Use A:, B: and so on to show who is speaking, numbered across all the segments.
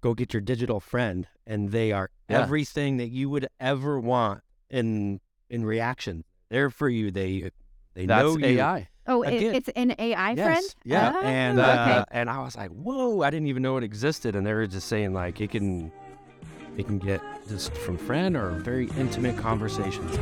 A: go get your digital friend, and they are
B: Yeah.
A: everything that you would ever want in in reaction. They're for you. They they
B: That's
A: know you.
B: AI.
C: Oh, it,
A: Again.
C: it's an AI
B: Yes.
C: friend.
B: Yeah.
C: Oh,
A: and
C: okay.
A: uh, and I was like, whoa! I didn't even know it existed. And they were just saying like it can it can get just from friend or very intimate conversations.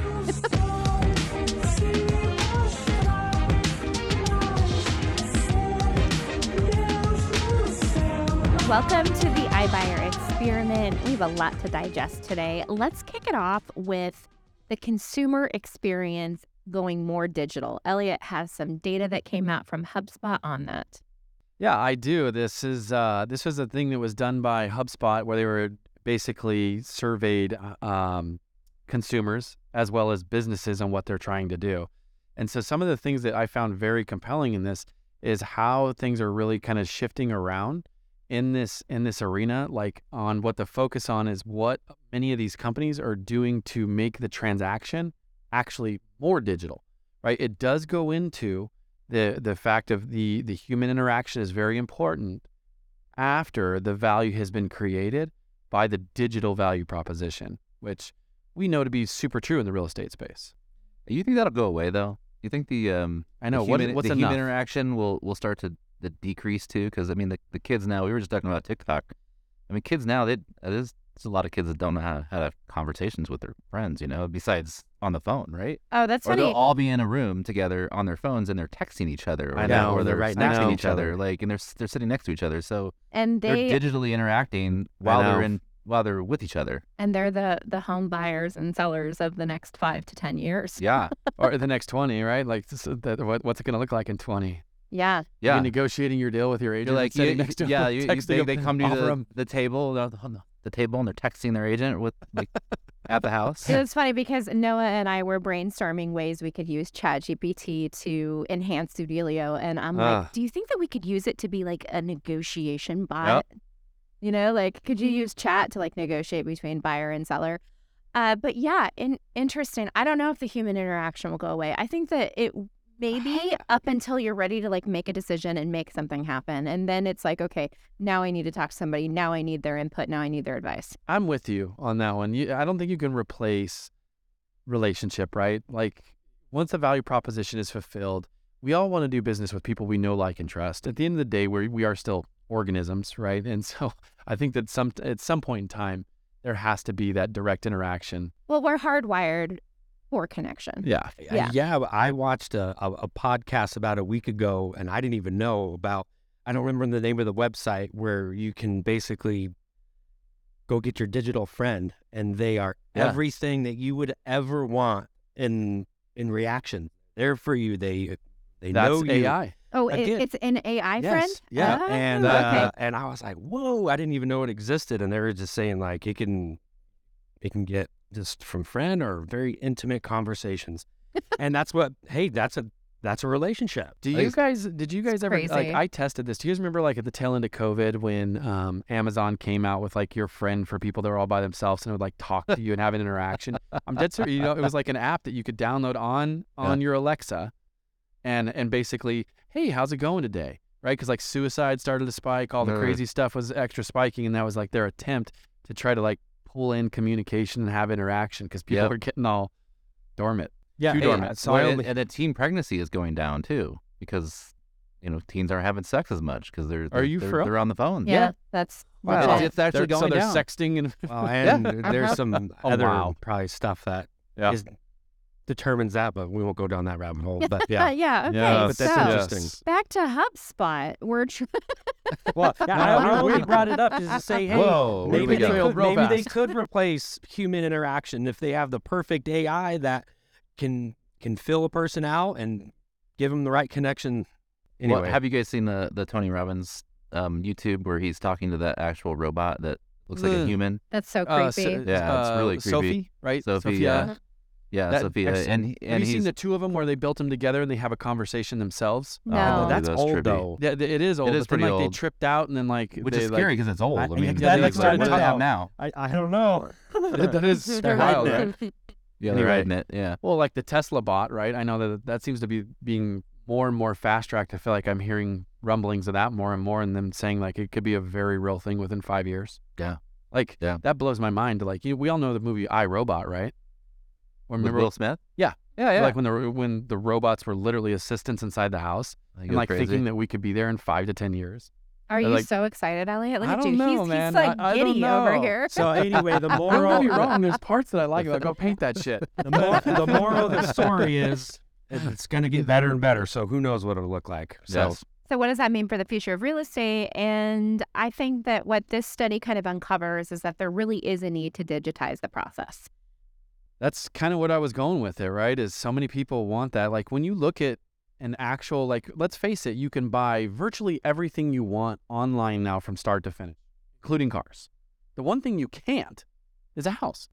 C: Welcome to the iBuyer experiment. We have a lot to digest today. Let's kick it off with the consumer experience going more digital. Elliot has some data that came out from HubSpot on that.
B: Yeah, I do. This is uh, this was a thing that was done by HubSpot, where they were basically surveyed uh, um, consumers as well as businesses on what they're trying to do. And so, some of the things that I found very compelling in this is how things are really kind of shifting around in this in this arena. Like on what the focus on is what many of these companies are doing to make the transaction actually more digital, right? It does go into the the fact of the the human interaction is very important after the value has been created by the digital value proposition, which we know to be super true in the real estate space.
D: You think that'll go away though? You think the um
B: I know
D: the
B: what,
D: human,
B: what's
D: the
B: enough.
D: human interaction will will start to the decrease too? Because I mean the, the kids now we were just talking about TikTok. I mean kids now they there's, there's a lot of kids that don't know how, how to have conversations with their friends. You know, besides on the phone, right?
C: Oh, that's
D: or
C: funny.
D: they'll all be in a room together on their phones and they're texting each other. Or
B: I
D: they're-
B: know,
D: or
B: they're
D: they're
B: right next
D: texting
B: to
D: each
B: each other.
D: other. Like and they're s- they're sitting next to each other, so
C: and they
D: they're digitally interacting while
B: know.
D: they're in while they're with each other.
C: and they're the the home buyers and sellers of the next 5 to 10 years.
D: Yeah,
B: or the next twenty, right? Like this, is the, what, what's it going to look like in twenty?
C: Yeah.
D: yeah.
B: You're negotiating your deal with your agent.
D: You're like,
B: sitting
D: you-
B: next to him,
D: yeah, you, you-
B: texting
D: they,
B: him,
D: they come to
B: offer
D: the,
B: him-
D: the table, they're on the- the table, and they're texting their agent with like at the house.
C: It was funny because Noah and I were brainstorming ways we could use ChatGPT to enhance Studio, and I'm
B: Ah.
C: like, do you think that we could use it to be like a negotiation bot? You know, like could you use chat to like negotiate between buyer and seller? Uh, but yeah, in- interesting. I don't know if the human interaction will go away. I think that it maybe up until you're ready to like make a decision and make something happen, and then it's like, okay, now I need to talk to somebody. Now I need their input. Now I need their advice.
B: I'm with you on that one. You, I don't think you can replace relationship, right? Like once the value proposition is fulfilled, we all want to do business with people we know, like, and trust. At the end of the day, we we are still organisms, right? And so I think that some at some point in time, there has to be that direct interaction.
C: Well, we're hardwired for connection.
B: Yeah,
C: Yeah.
A: yeah. but I watched a, a, a podcast about a week ago, and I didn't even know about. I don't remember the name of the website where you can basically go get your digital friend, and they are
B: Yeah.
A: everything that you would ever want in in reaction. They're for you. They they
B: that's
A: know you.
B: AI.
C: Oh, it,
A: Again.
C: it's an AI
B: Yes.
C: friend.
B: Yeah.
C: Oh,
A: and
C: okay.
A: uh, and I was like, whoa! I didn't even know it existed, and they were just saying like it can, it can get just from friend or very intimate conversations, and that's what. Hey, that's a that's a relationship.
B: Do you
D: Like-
B: guys? Did you guys
C: It's
B: ever? Like,
C: crazy.
B: I tested this. Do you guys remember, like, at the tail end of COVID, when um, Amazon came out with like your friend for people that were all by themselves and would like talk to you and have an interaction? I'm dead serious. You know, it was like an app that you could download on on your Alexa, and and basically, hey, how's it going today? Right? Because like suicide started to spike, all the
D: Mm.
B: crazy stuff was extra spiking, and that was like their attempt to try to like pull in communication and have interaction because people
D: Yep. uh,
B: were getting all dormant.
A: Yeah,
B: Two
A: hey,
B: doormats.
A: So I
D: Well, and,
A: only,
D: and the teen pregnancy is going down too because you know teens aren't having sex as much because they're, they're
B: you
D: they're,
B: for real?
D: they're on the phone.
C: yeah, that's
D: Wow.
C: legit.
D: It's- it's actually
B: They're- so
D: going
B: they're
D: down.
B: sexting and
A: well, and there's some
B: Oh,
A: other
B: wow.
A: probably stuff that
B: Yeah.
A: is- determines that, but we won't go down that rabbit hole. But yeah,
C: Uh, yeah. Okay.
B: Yeah,
A: but
C: so
A: that's interesting.
C: back to HubSpot. We're tr-
A: well,
B: I- I- we
A: brought it up just to say,
D: Whoa, where
A: maybe
D: do we
A: they,
D: go?
B: go?
A: could,
B: Real
A: maybe they
B: fast.
A: could replace human interaction if they have the perfect AI that can can fill a person out and give them the right connection. Anyway,
D: Well, have you guys seen the the Tony Robbins um, YouTube where he's talking to that actual robot that looks like a
B: Ugh.
D: human?
C: that's so
B: Uh,
C: creepy.
B: so-
D: Yeah, it's
B: uh,
D: really creepy.
B: Sophie, right?
D: Sophia. Yeah,
B: That-
D: Sophia,
B: I've seen-
D: uh, and he-
B: have
D: and
B: you seen
D: he's
B: the two of them where they built them together and they have a conversation themselves?
C: no.
D: Oh,
A: that's
D: that's
A: old
D: trippy.
A: though.
B: Yeah, th- it is old.
D: is
B: but then,
D: pretty
B: like, They
D: old.
B: tripped out and then like
D: which
B: they,
D: is
B: like-
D: scary because it's old.
A: I-
D: I, mean,
A: yeah,
D: they-
A: that's
D: like,
A: what
D: what do
A: I
D: they have
A: thought.
D: now?
A: I, I don't know.
B: that is
C: They're
A: hiding
B: wild, right?
C: hiding.
D: Yeah, they're
A: Anyway.
D: hiding it. Yeah.
B: Well, like the Tesla bot, right? I know that that seems to be being more and more fast tracked. I feel like I'm hearing rumblings of that more and more, and them saying like it could be a very real thing within five years.
D: Yeah.
B: like
D: Yeah.
B: that blows my mind. Like you, we all know the movie I Robot, right? Or
D: With
B: remember,
D: Will Smith?
B: yeah,
D: yeah.
B: like when the when the robots were literally assistants inside the house,
D: They
B: and
D: go
B: like
D: crazy.
B: thinking that we could be there in five to ten years.
C: Are you
B: like-
C: so excited, Elliot? Look
B: I
C: at
B: don't
C: you.
B: know,
C: he's,
B: man.
C: he's like
B: I- I don't
C: giddy over
B: know.
C: here.
A: So anyway, the
B: Don't get me
A: moral
B: wrong. There's parts that I like. Like, go paint that shit.
A: the, mor- the moral of the story is it's going to get better and better. So who knows what it'll look like? So
D: Yes.
C: So, what does that mean for the future of real estate? And I think that what this study kind of uncovers is that there really is a need to digitize the process.
B: That's kind of what I was going with it, right? Is so many people want that. Like when you look at an actual, like, let's face it, you can buy virtually everything you want online now from start to finish, including cars. The one thing you can't is a house.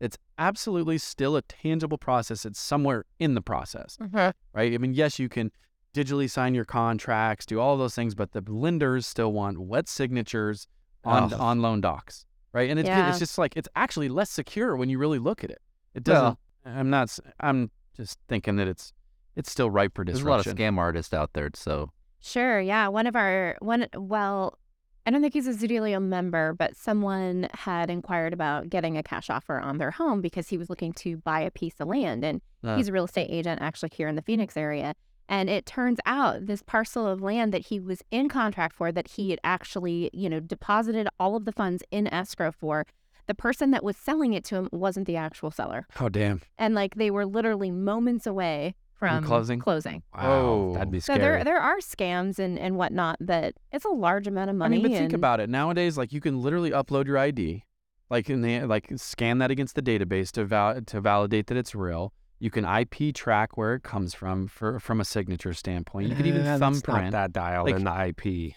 B: It's absolutely still a tangible process. It's somewhere in the process, right? I mean, yes, you can digitally sign your contracts, do all those things, but the lenders still want wet signatures on
D: Oh.
B: on loan docs, right? And it's
C: Yeah.
B: it's just like it's actually less secure when you really look at it. It doesn't.
D: Well-
B: I'm not. s- I'm just thinking that it's it's still ripe for
D: There's
B: disruption.
D: a lot of scam artists out there, so
C: Sure. Yeah. One of our, one, well, I don't think he's a Zedilio member, but someone had inquired about getting a cash offer on their home because he was looking to buy a piece of land. And
B: Uh.
C: he's a real estate agent actually here in the Phoenix area. And it turns out this parcel of land that he was in contract for, that he had actually, you know, deposited all of the funds in escrow for, the person that was selling it to him wasn't the actual seller.
B: Oh damn!
C: And like they were literally moments away
B: From
C: from
B: closing?
C: Closing.
A: wow, that'd be
C: So
A: scary.
C: there there are scams and, and whatnot that it's a large amount of money.
B: I mean, but think
C: and-
B: about it. Nowadays, like you can literally upload your ID, like in the like scan that against the database to val- to validate that it's real. You can IP track where it comes from for from a signature standpoint. You could even
A: Eh, that's not
B: thumbprint.
A: that dialed
B: Like-
A: in the IP.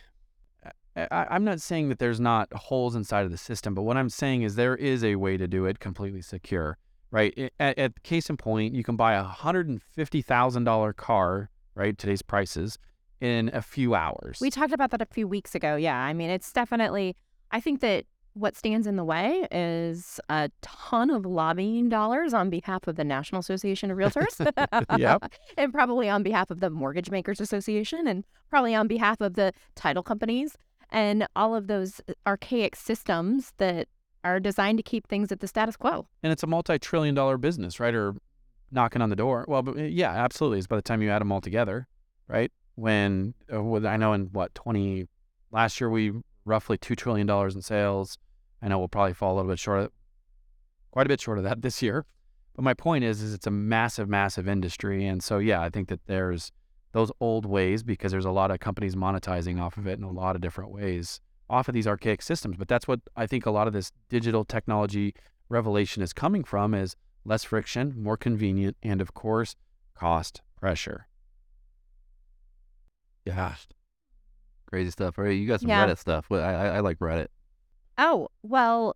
B: I- I, I'm not saying that there's not holes inside of the system, but what I'm saying is there is a way to do it completely secure, right? I- At, at case in point, you can buy a hundred and fifty thousand dollar car, right? Today's prices in a few hours.
C: We talked about that a few weeks ago. Yeah. I mean, it's definitely, I think that what stands in the way is a ton of lobbying dollars on behalf of the National Association of Realtors.
B: Yep.
C: And probably on behalf of the Mortgage Makers Association and probably on behalf of the title companies and all of those archaic systems that are designed to keep things at the status quo.
B: and it's a multi-trillion dollar business, right? Or knocking on the door. Well, but, eh, yeah, absolutely. It's by the time you add them all together, right? When uh, with- I know in what twenty last year we roughly two trillion dollars in sales. I know we'll probably fall a little bit short, of, quite a bit short of that this year. But my point is, is it's a massive, massive industry, and so yeah, I think that there's those old ways because there's a lot of companies monetizing off of it in a lot of different ways off of these archaic systems. But that's what I think a lot of this digital technology revelation is coming from is less friction, more convenient, and of course, cost pressure.
D: yeah, crazy stuff. All right, you got some
C: Yeah.
D: Reddit stuff. Well, I, I I like Reddit.
C: Oh, well,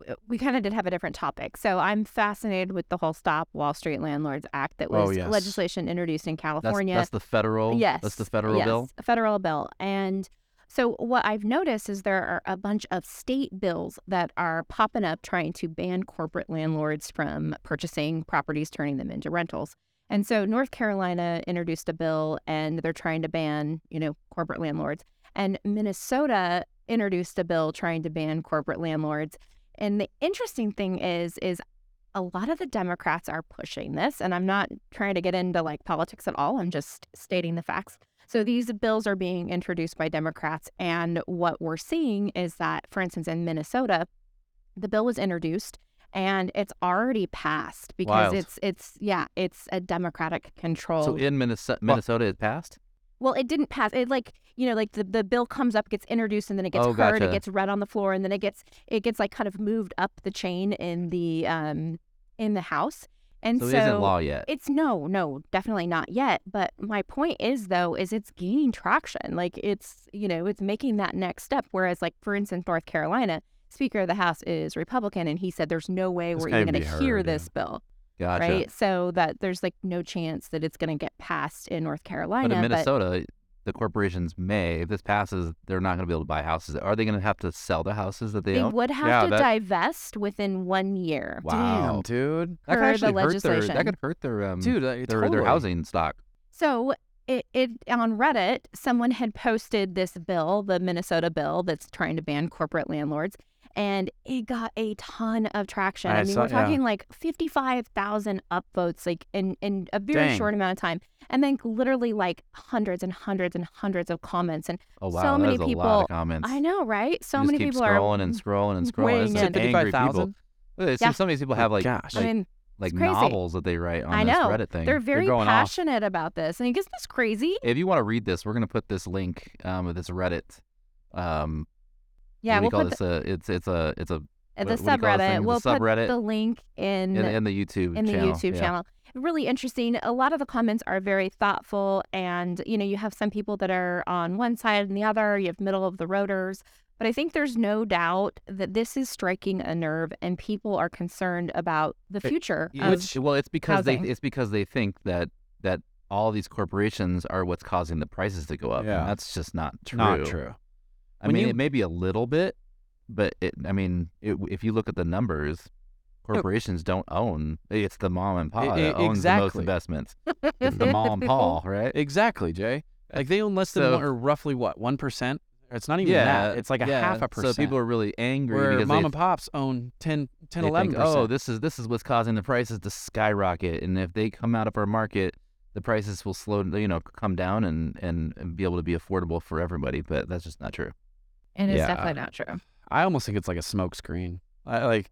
C: w- we kind of did have a different topic. So I'm fascinated with the whole Stop Wall Street Landlords Act that
B: Oh,
C: was
B: yes.
C: legislation introduced in
D: That's
C: California.
D: that's the federal.
C: yes.
D: that's the federal
C: yes,
D: bill.
C: a federal bill. And so what I've noticed is there are a bunch of state bills that are popping up trying to ban corporate landlords from purchasing properties, turning them into rentals. And so North Carolina introduced a bill and they're trying to ban, you know, corporate landlords. And Minnesota introduced a bill trying to ban corporate landlords. And the interesting thing is is a lot of the Democrats are pushing this and I'm not trying to get into like politics at all. I'm just stating the facts. So these bills are being introduced by Democrats. And what we're seeing is that, for instance, in Minnesota, the bill was introduced and it's already passed because
B: Wild.
C: it's it's yeah, it's a Democratic control.
D: So in Minnesota, Minnesota it passed.
C: well, it didn't pass. It like you know, like the, the bill comes up, gets introduced, and then it gets
D: Oh,
C: heard, it
D: gotcha.
C: gets read on the floor, and then it gets it gets like kind of moved up the chain in the um in the house. And
D: So
C: so,
D: it isn't law yet.
C: it's no, no, definitely not yet. But my point is though, is it's gaining traction. Like it's you know, it's making that next step. Whereas like for instance, North Carolina, Speaker of the House is Republican and he said there's no way
B: It's
C: we're
B: gonna
C: even
B: be
C: gonna hear
B: heard, yeah.
C: this bill.
D: Gotcha.
C: Right. So that there's like no chance that it's gonna get passed in North Carolina.
D: But in Minnesota, the corporations may, if this passes, they're not going to be able to buy houses. Are they going to have to sell the houses that they,
C: They
D: own?
C: would have
B: Yeah,
C: to
B: that-
C: divest within one year.
B: Damn,
D: Wow,
B: dude.
D: that could
C: per the
D: actually hurt their.
C: legislation.
B: Mm.
D: That could hurt their um,
B: Dude, uh,
D: their,
B: totally.
D: their housing stock.
C: So it, it on Reddit, someone had posted this bill, the Minnesota bill that's trying to ban corporate landlords, and it got a ton of traction. I,
B: I
C: mean,
B: saw-
C: we're
B: yeah.
C: talking like fifty-five thousand upvotes, like in in a very
B: Dang.
C: short amount of time, and then literally like hundreds and hundreds and hundreds of comments. And
D: Oh
C: So
D: wow,
C: many
D: that is a
C: people-
D: lot of comments.
C: I know, right? So
D: you just
C: many
D: keep
C: people are
D: scrolling and scrolling and scrolling.
C: weighing
D: It's
C: in.
D: some angry people.
B: 55,000?
D: It seems
C: Yeah.
D: Some of these people have like
B: Oh, Gosh.
C: I
D: like,
C: mean,
D: like
C: crazy.
D: novels that they write on
C: I
D: this
C: know.
D: Reddit thing.
C: they're very
B: going off.
C: passionate about this, and it gets this crazy.
D: if you want to read this, we're gonna put this link um of this Reddit. Um,
C: Yeah,
D: what
C: we'll
D: do we
C: put
D: call this. Uh, it's it's a it's a
C: the, the
D: what- what do you call this
C: subreddit.
D: thing? The
C: We'll put
D: subreddit
C: the link in
D: in, in the YouTube
C: in the
D: channel.
C: YouTube
D: yeah.
C: channel. Really interesting. A lot of the comments are very thoughtful, and you know, you have some people that are on one side and the other. You have middle of the roaders, but I think there's no doubt that this is striking a nerve, and people are concerned about the
D: It-
C: future.
D: Yeah,
C: of-
D: Which well, it's because
C: housing.
D: they it's because they think that that all these corporations are what's causing the prices to go up. and
B: Yeah.
D: that's just not true.
B: Not true.
D: I
B: When
D: mean,
B: you-
D: it may be a little bit, but it, I mean, it, if you look at the numbers,
C: Oh.
D: corporations don't own. It's the mom and pa
B: E- e-
D: that owns the most
B: exactly.
D: investments. It's the mom and pa, right?
B: Exactly, Jay. Like they own less than
D: So-
B: one, or roughly what one percent. It's not even that. It's like a
D: yeah.
B: half a percent.
D: So people are really angry
B: where
D: because
B: mom
D: they,
B: and pops own 10, 10
D: they
B: 11
D: think, oh, this is this is what's causing the prices to skyrocket, and if they come out of our market, the prices will slow, you know, come down and and, and be able to be affordable for everybody. But that's just not true.
C: and it's
B: Yeah.
C: definitely not true.
B: I almost think it's like a smoke screen. I, like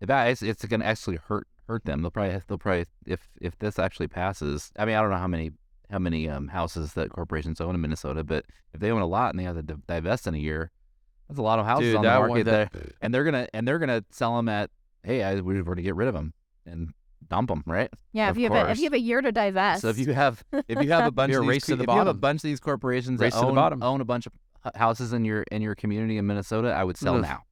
D: If that it's, it's going to actually hurt hurt them. They'll probably they'll probably if if this actually passes. I mean, I don't know how many how many um, houses that corporations own in Minnesota, but if they own a lot and they have to di- divest in a year, that's a lot of houses
B: dude,
D: on the
B: that
D: market
B: one that,
D: and they're gonna and they're gonna sell them at hey, I, we're going to get rid of them and dump them, right?
C: Yeah, if
D: Of
C: you have a, if
D: course.
C: you have a year to divest,
D: So if you have if you have a bunch
B: Be a
D: of these
B: race to
D: cre-
B: the
D: if you have a
B: bottom.
D: bunch of these corporations
B: Race
D: that
B: to the
D: own,
B: bottom.
D: own a bunch of h- houses in your in your community in Minnesota, I would sell
B: Ugh.
D: now.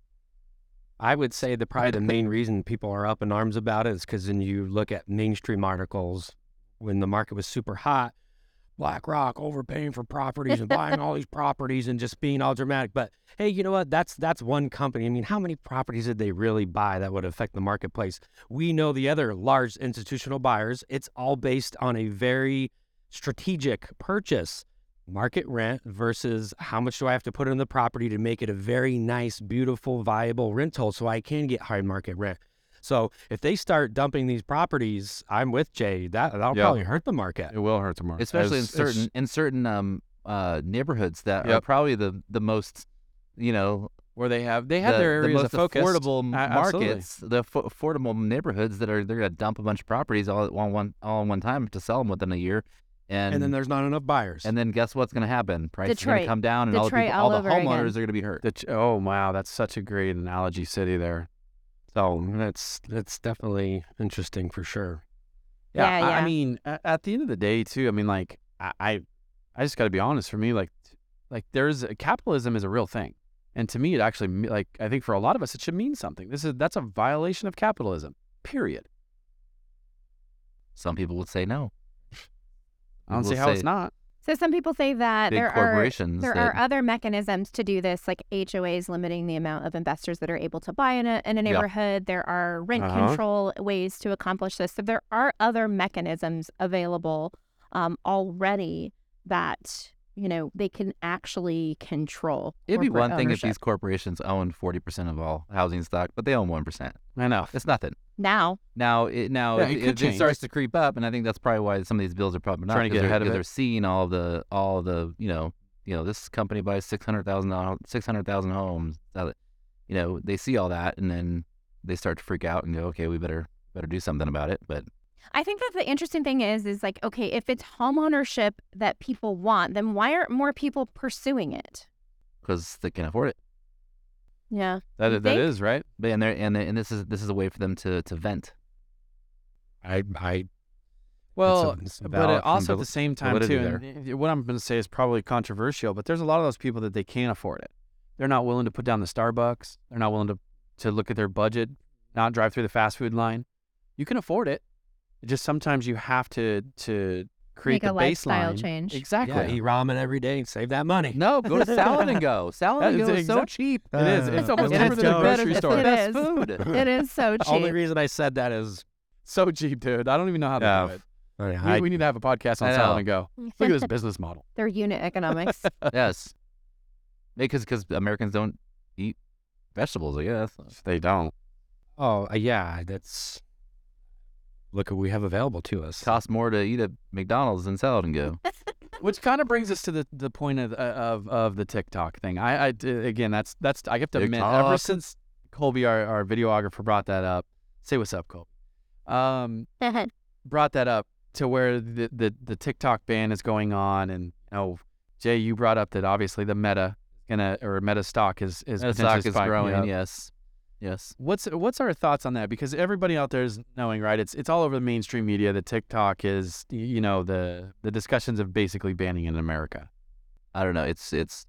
A: I would say the probably the main reason people are up in arms about it is because then you look at mainstream articles when the market was super hot, BlackRock overpaying for properties and buying all these properties and just being all dramatic. But hey, you know what? That's that's one company. I mean, how many properties did they really buy that would affect the marketplace? We know the other large institutional buyers. It's all based on a very strategic purchase market rent versus how much do I have to put in the property to make it a very nice, beautiful, viable rental so I can get high market rent. So if they start dumping these properties, I'm with Jay. That that'll
B: Yeah.
A: probably hurt the market.
B: it will hurt tomorrow,
D: especially in certain in certain um uh neighborhoods that are
B: Yep.
D: probably the the most you know
B: where they have they have
D: the,
B: their
D: the
B: areas
D: most
B: of focus.
D: affordable m-
B: A- absolutely.
D: markets the affo- affordable neighborhoods that are they're gonna dump a bunch of properties all at one, one all in one time to sell them within a year and
A: And, then there's not enough buyers.
D: and then guess what's gonna happen prices are
C: Detroit.
D: gonna come down and all the
C: Detroit
D: people,
C: all
D: all the
C: over again.
D: homeowners are gonna be hurt
B: The ch- oh wow, that's such a great analogy city there.
A: so that's that's definitely interesting for sure.
B: Yeah,
C: Yeah,
B: I, I
C: yeah.
B: mean, a- at the end of the day, too. I mean, like, I, I, I just got to be honest. For me, like, t- like there's capitalism is a real thing, and to me, it actually me- like I think for a lot of us, it should mean something. This is that's a violation of capitalism. Period.
D: some people would say no
B: I don't
D: People
B: see how
D: say
B: it's not.
C: so some people say that
D: big
C: there are
D: corporations
C: There
D: that-
C: are other mechanisms to do this, like HOAs limiting the amount of investors that are able to buy in a, in a neighborhood. There are rent
B: Uh-huh.
C: control ways to accomplish this. So there are other mechanisms available um, already that you know they can actually control.
D: It'd be
C: corporate
D: one thing if
C: ownership.
D: these corporations own 40% of all housing stock, but they own 1%.
B: Enough.
D: It's nothing.
C: now.
D: Now, it, now
B: Yeah,
D: if,
B: it
D: if
B: could
D: it
B: change.
D: starts to creep up, and I think that's probably why some of these bills are popping up.
B: Trying to
D: 'cause
B: get
D: they're,
B: ahead of
D: 'cause
B: it.
D: They're seeing all the all the you know you know this company buys six hundred thousand dollars six hundred thousand homes. uh, You know they see all that, and then they start to freak out and go, okay, we better better do something about it. But
C: I think that the interesting thing is, is like, okay, if it's home ownership that people want, then why aren't more people pursuing it?
D: because they can't afford it,
C: Yeah.
B: That
C: You
B: i- that
C: think?
B: is right.
D: but and they and they, and this is this is a way for them to to vent.
A: I I
B: Well,
A: it's
B: but
A: valid
B: it also at
A: convali-
B: the same time
A: validity
B: too, and y- what I'm going to say is probably controversial, but there's a lot of those people that they can't afford it. They're not willing to put down the Starbucks. They're not willing to to look at their budget, not drive through the fast food line. You can afford it. It Just sometimes you have to to create
C: Make
B: the
C: a lifestyle
B: baseline.
C: change.
B: Exactly.
A: yeah, eat ramen every day and save that money.
D: No, go to Salad and Go. Salad and
B: That
D: Go
B: is
D: is so
B: exact-
D: cheap.
B: It is. It's
A: Uh,
B: almost
A: it
B: cheaper
A: is
B: than a
A: dope.
B: grocery
C: It
B: store.
C: is.
D: Best food.
C: It is so cheap.
A: Only reason I said that is
B: So cheap, dude. I don't even know how they
D: Yeah.
B: do it.
A: I mean,
B: We,
A: Oh, I-
B: we need to have a podcast
D: I
B: on
D: know.
B: Silent and Go. Look at this business model.
C: Their unit economics.
D: yes, because because Americans don't eat vegetables. I guess
B: They don't.
A: oh, uh, yeah. That's look what we have available to us.
D: it costs more to eat at McDonald's than salad and go.
B: Which kind of brings us to the, the point of, of of the TikTok thing. I, I again, that's that's I have to admit, ever
D: TikTok.
B: since Colby, our, our videographer, brought that up. Say what's up, Colby. Um, brought that up to where the, the, the TikTok ban is going on, and oh, Jay, you brought up that obviously the Meta gonna or Meta stock is is
D: That
B: potentially
D: stock is
B: spiking
D: growing.
B: up.
D: Yes, yes.
B: What's what's our thoughts on that? Because everybody out there is knowing, right? It's it's all over the mainstream media that TikTok is, y- you know, the the discussions of basically banning it in America.
D: I don't know. It's it's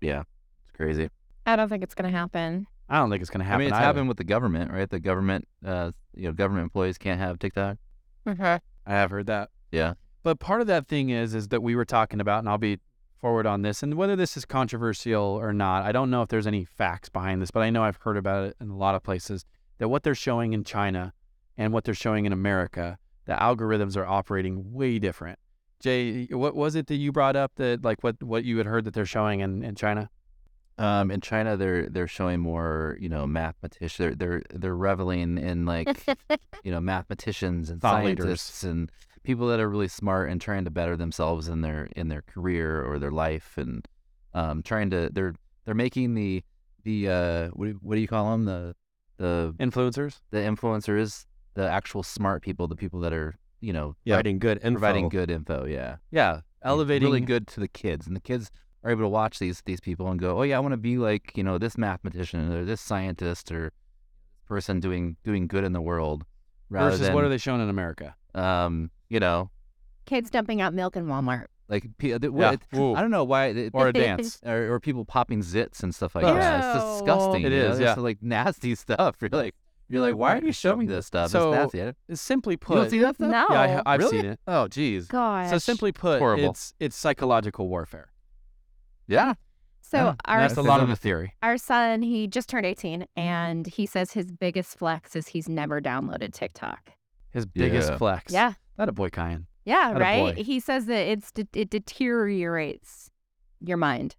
D: yeah, it's crazy.
C: I don't think it's going to happen.
B: I don't think it's gonna happen.
D: I mean, it's
B: either.
D: happened with the government, right? The government, uh, you know, government employees can't have TikTok.
B: I have heard that.
D: Yeah.
B: But part of that thing is is that we were talking about, and I'll be forward on this, and whether this is controversial or not, I don't know if there's any facts behind this, but I know I've heard about it in a lot of places that what they're showing in China and what they're showing in America, the algorithms are operating way different. Jay, what was it that you brought up that like what what you had heard that they're showing in, in China?
D: Um, in China, they're they're showing more, you know, mathematicians. They're they're they're reveling in like you know mathematicians and
B: Thought leaders.
D: scientists and people that are really smart and trying to better themselves in their in their career or their life and um, trying to they're they're making the the uh, what, do- what do you call them the the
B: Influencers?
D: the influencers the actual smart people the people that are you know
B: Yeah.
A: Providing good info.
D: providing good info yeah
B: Yeah. Elevating
D: really good to the kids and the kids are able to watch these these people and go oh yeah I want to be like you know this mathematician or this scientist or person doing doing good in the world rather
B: versus
D: than
B: what are they showing in America?
D: um you know
C: Kids dumping out milk in Walmart.
D: like pe- th- what- it- I don't know why it,
B: or a dance.
D: or, or people popping zits and stuff like
B: Ugh.
D: that. It's
C: Ew.
D: disgusting.
B: It
D: you know?
B: is,
D: It's
B: yeah.
D: like nasty stuff. You're like, you're like, why are you showing me this stuff?
B: So,
D: it's nasty. I don't-
B: Simply
D: You
B: put,
D: don't see that stuff?
C: No.
B: yeah, I, ha- I've
D: Really?
B: seen it.
D: Oh, geez.
C: Gosh.
B: So simply put,
D: horrible.
B: it's it's psychological warfare.
D: Yeah.
C: So
D: Yeah,
C: our
D: that's a lot of
B: the theory.
C: our son, he just turned 18 and he says his biggest flex is he's never downloaded TikTok.
B: His biggest
D: Yeah.
B: flex.
C: Yeah.
B: That a boy Kyan.
C: Yeah,
B: Atta
C: right?
B: boy.
C: He says that it's de- it deteriorates your mind.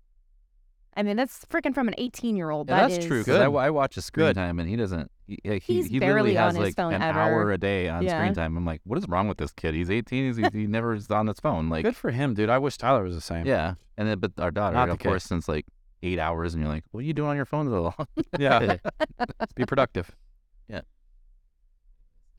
C: I mean, that's freaking from an 18-yew-old.
D: Yeah,
C: That
D: that's
C: is-
D: true. Because
B: Good.
D: I, wa- I watch his screen
B: Good.
D: time, and he doesn't. He, yeah, he,
C: He's
D: he
C: barely
D: literally
C: on
D: has
C: his
D: like
C: phone
D: an
C: ever.
D: hour a day on
C: Yeah.
D: screen time. I'm like, what is wrong with this kid? He's 18. He's, he's- he never is on his phone. Like,
B: Good for him, dude. I wish Tyler was the same.
D: yeah. And then, but our daughter,
B: Not the
D: of
B: kid.
D: course, since like eight hours, and you're like, what are you doing on your phone so long?
B: Yeah. Be productive.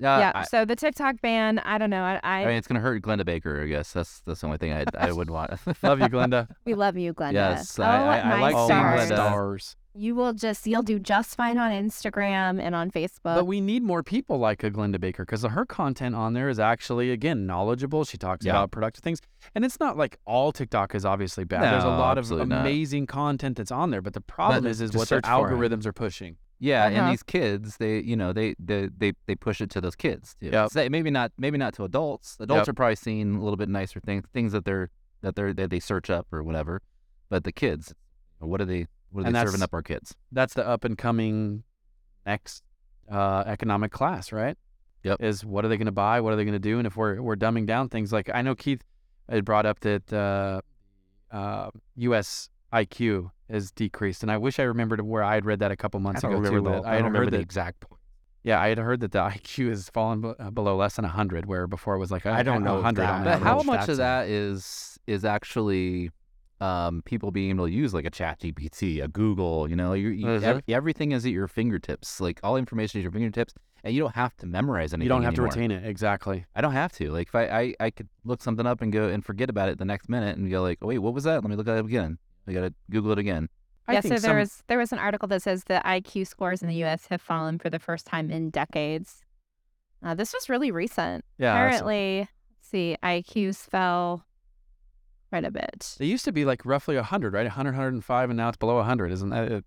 C: Yeah.
D: Uh, I-
C: so the TikTok ban, I don't know. I, I,
D: I mean, it's gonna hurt Glenda Baker. I guess that's that's the only thing I I would want.
B: Love you, Glenda.
C: we love you, Glenda.
D: Yes,
C: oh,
D: I- I- I
C: my
D: like seeing
C: stars.
D: Glenda.
B: stars.
C: You will just you'll do just fine on Instagram and on
B: But
C: Facebook.
B: we need more people like a Glenda Baker because her content on there is actually, again, knowledgeable. She talks
D: Yeah.
B: about productive things. And it's not like all TikTok is obviously bad. There's a
D: No,
B: lot of
D: absolutely not.
B: amazing content that's on there. But the problem
D: But
B: is, is
D: just
B: what their
D: search for it.
B: algorithms are pushing.
D: Yeah,
C: Uh-huh.
D: and these kids, they you know they they they, they push it to those kids. Too.
B: Yep.
D: So maybe not maybe not to adults.
B: Yep.
D: Adults are probably seeing a little bit nicer things things that they're that they're that they search up or whatever. But the kids, what are they what are
B: And
D: they
B: that's-
D: serving up our kids?
B: that's the up and coming next uh, economic class, right?
D: Yep.
B: Is what are they going to buy? What are they going to do? And if we're we're dumbing down things, like I know Keith had brought up that uh, uh, U.S. IQ has decreased, and I wish I remembered where I had read that a couple months ago too.
A: the,
B: that I
A: don't
B: had
A: remember
B: heard
A: the
B: that.
A: exact point.
B: Yeah, I had heard that the IQ has fallen be- uh, below less than hundred, where before it was like
A: I don't know
B: hundred.
A: that.
B: on
A: But
D: But
B: average.
D: how
A: much
D: much
A: that's
D: of that is is actually um, people being able to use like a chat GPT, a Google, you know, you, you,
B: Mhm.
D: ev- everything is at your fingertips. Like all information is at your fingertips, and you don't have to memorize anything.
B: you don't have
D: anymore.
B: to retain it exactly.
D: I don't have to. Like if I, I, I could look something up and go and forget about it the next minute and go like, oh, wait, what was that? Let me look at it again. I gotta Google it again.
C: yeah,
B: I
C: so
B: think
C: there
B: some-
C: was there was an article that says the IQ scores in the U.S. have fallen for the first time in decades. Uh, this was really recent.
B: yeah, that's-
C: Apparently, let's see, IQs fell quite a bit.
B: They used to be like roughly 100, right? 100, 105, and now it's below 100. Isn't that? Am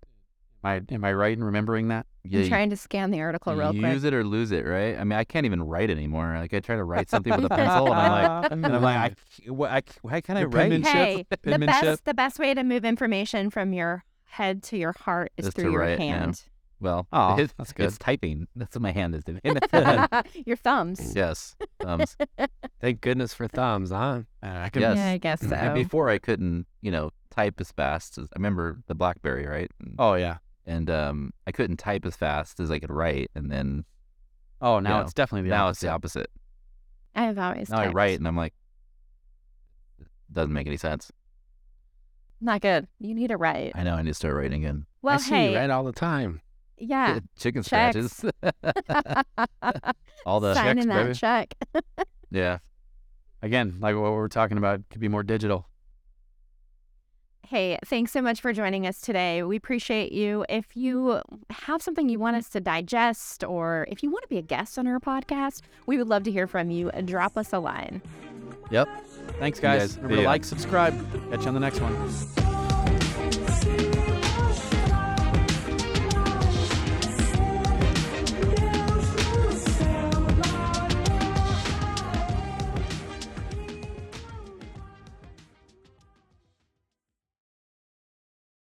B: I, am I right in remembering that?
C: I'm trying to scan the article real
D: you
C: quick.
D: use it or lose it, right? I mean, I can't even write anymore. Like I try to write something with a pencil, and I'm like, and I'm like, I, what, I, why can't I
B: Your
D: write?
B: penmanship-
C: Hey, the
B: penmanship.
C: best the best way to move information from your head to your heart is
D: Is to
C: through your
D: write, yeah.
C: hand.
D: Well,
B: Aw,
D: it-
B: that's good.
D: It's typing. That's what my hand is doing.
C: Your thumbs.
D: yes. um, Thumbs.
A: Thank goodness for thumbs, huh?
B: Uh, I can
D: Yes.
C: Yeah, I guess so.
D: And before I couldn't, you know, type as fast as I remember the BlackBerry, right? And,
B: Oh yeah.
D: and, um, I couldn't type as fast as I could write, and then
B: Oh, now
D: Yeah.
B: it's definitely the
D: now it's
B: opposite.
D: the opposite.
C: I have always
D: Now I
C: typed.
D: write, and I'm like, doesn't make any sense.
C: Not good. You need to write.
D: I know. I need to start writing again.
A: I
C: Well,
A: see
C: hey,
A: you right all the time.
C: yeah.
D: Chicken
C: Checks.
D: scratches. All the
C: Signing
D: checks,
C: that
D: baby.
C: check.
D: Yeah.
B: Again, like what we're talking about, could be more digital.
C: Hey, thanks so much for joining us today. We appreciate you. If you have something you want us to digest or if you want to be a guest on our podcast, we would love to hear from you. Drop us a line.
B: Yep. Thanks, guys.
D: guys-
B: Remember to
D: yeah.
B: like, subscribe. Catch you on the next one.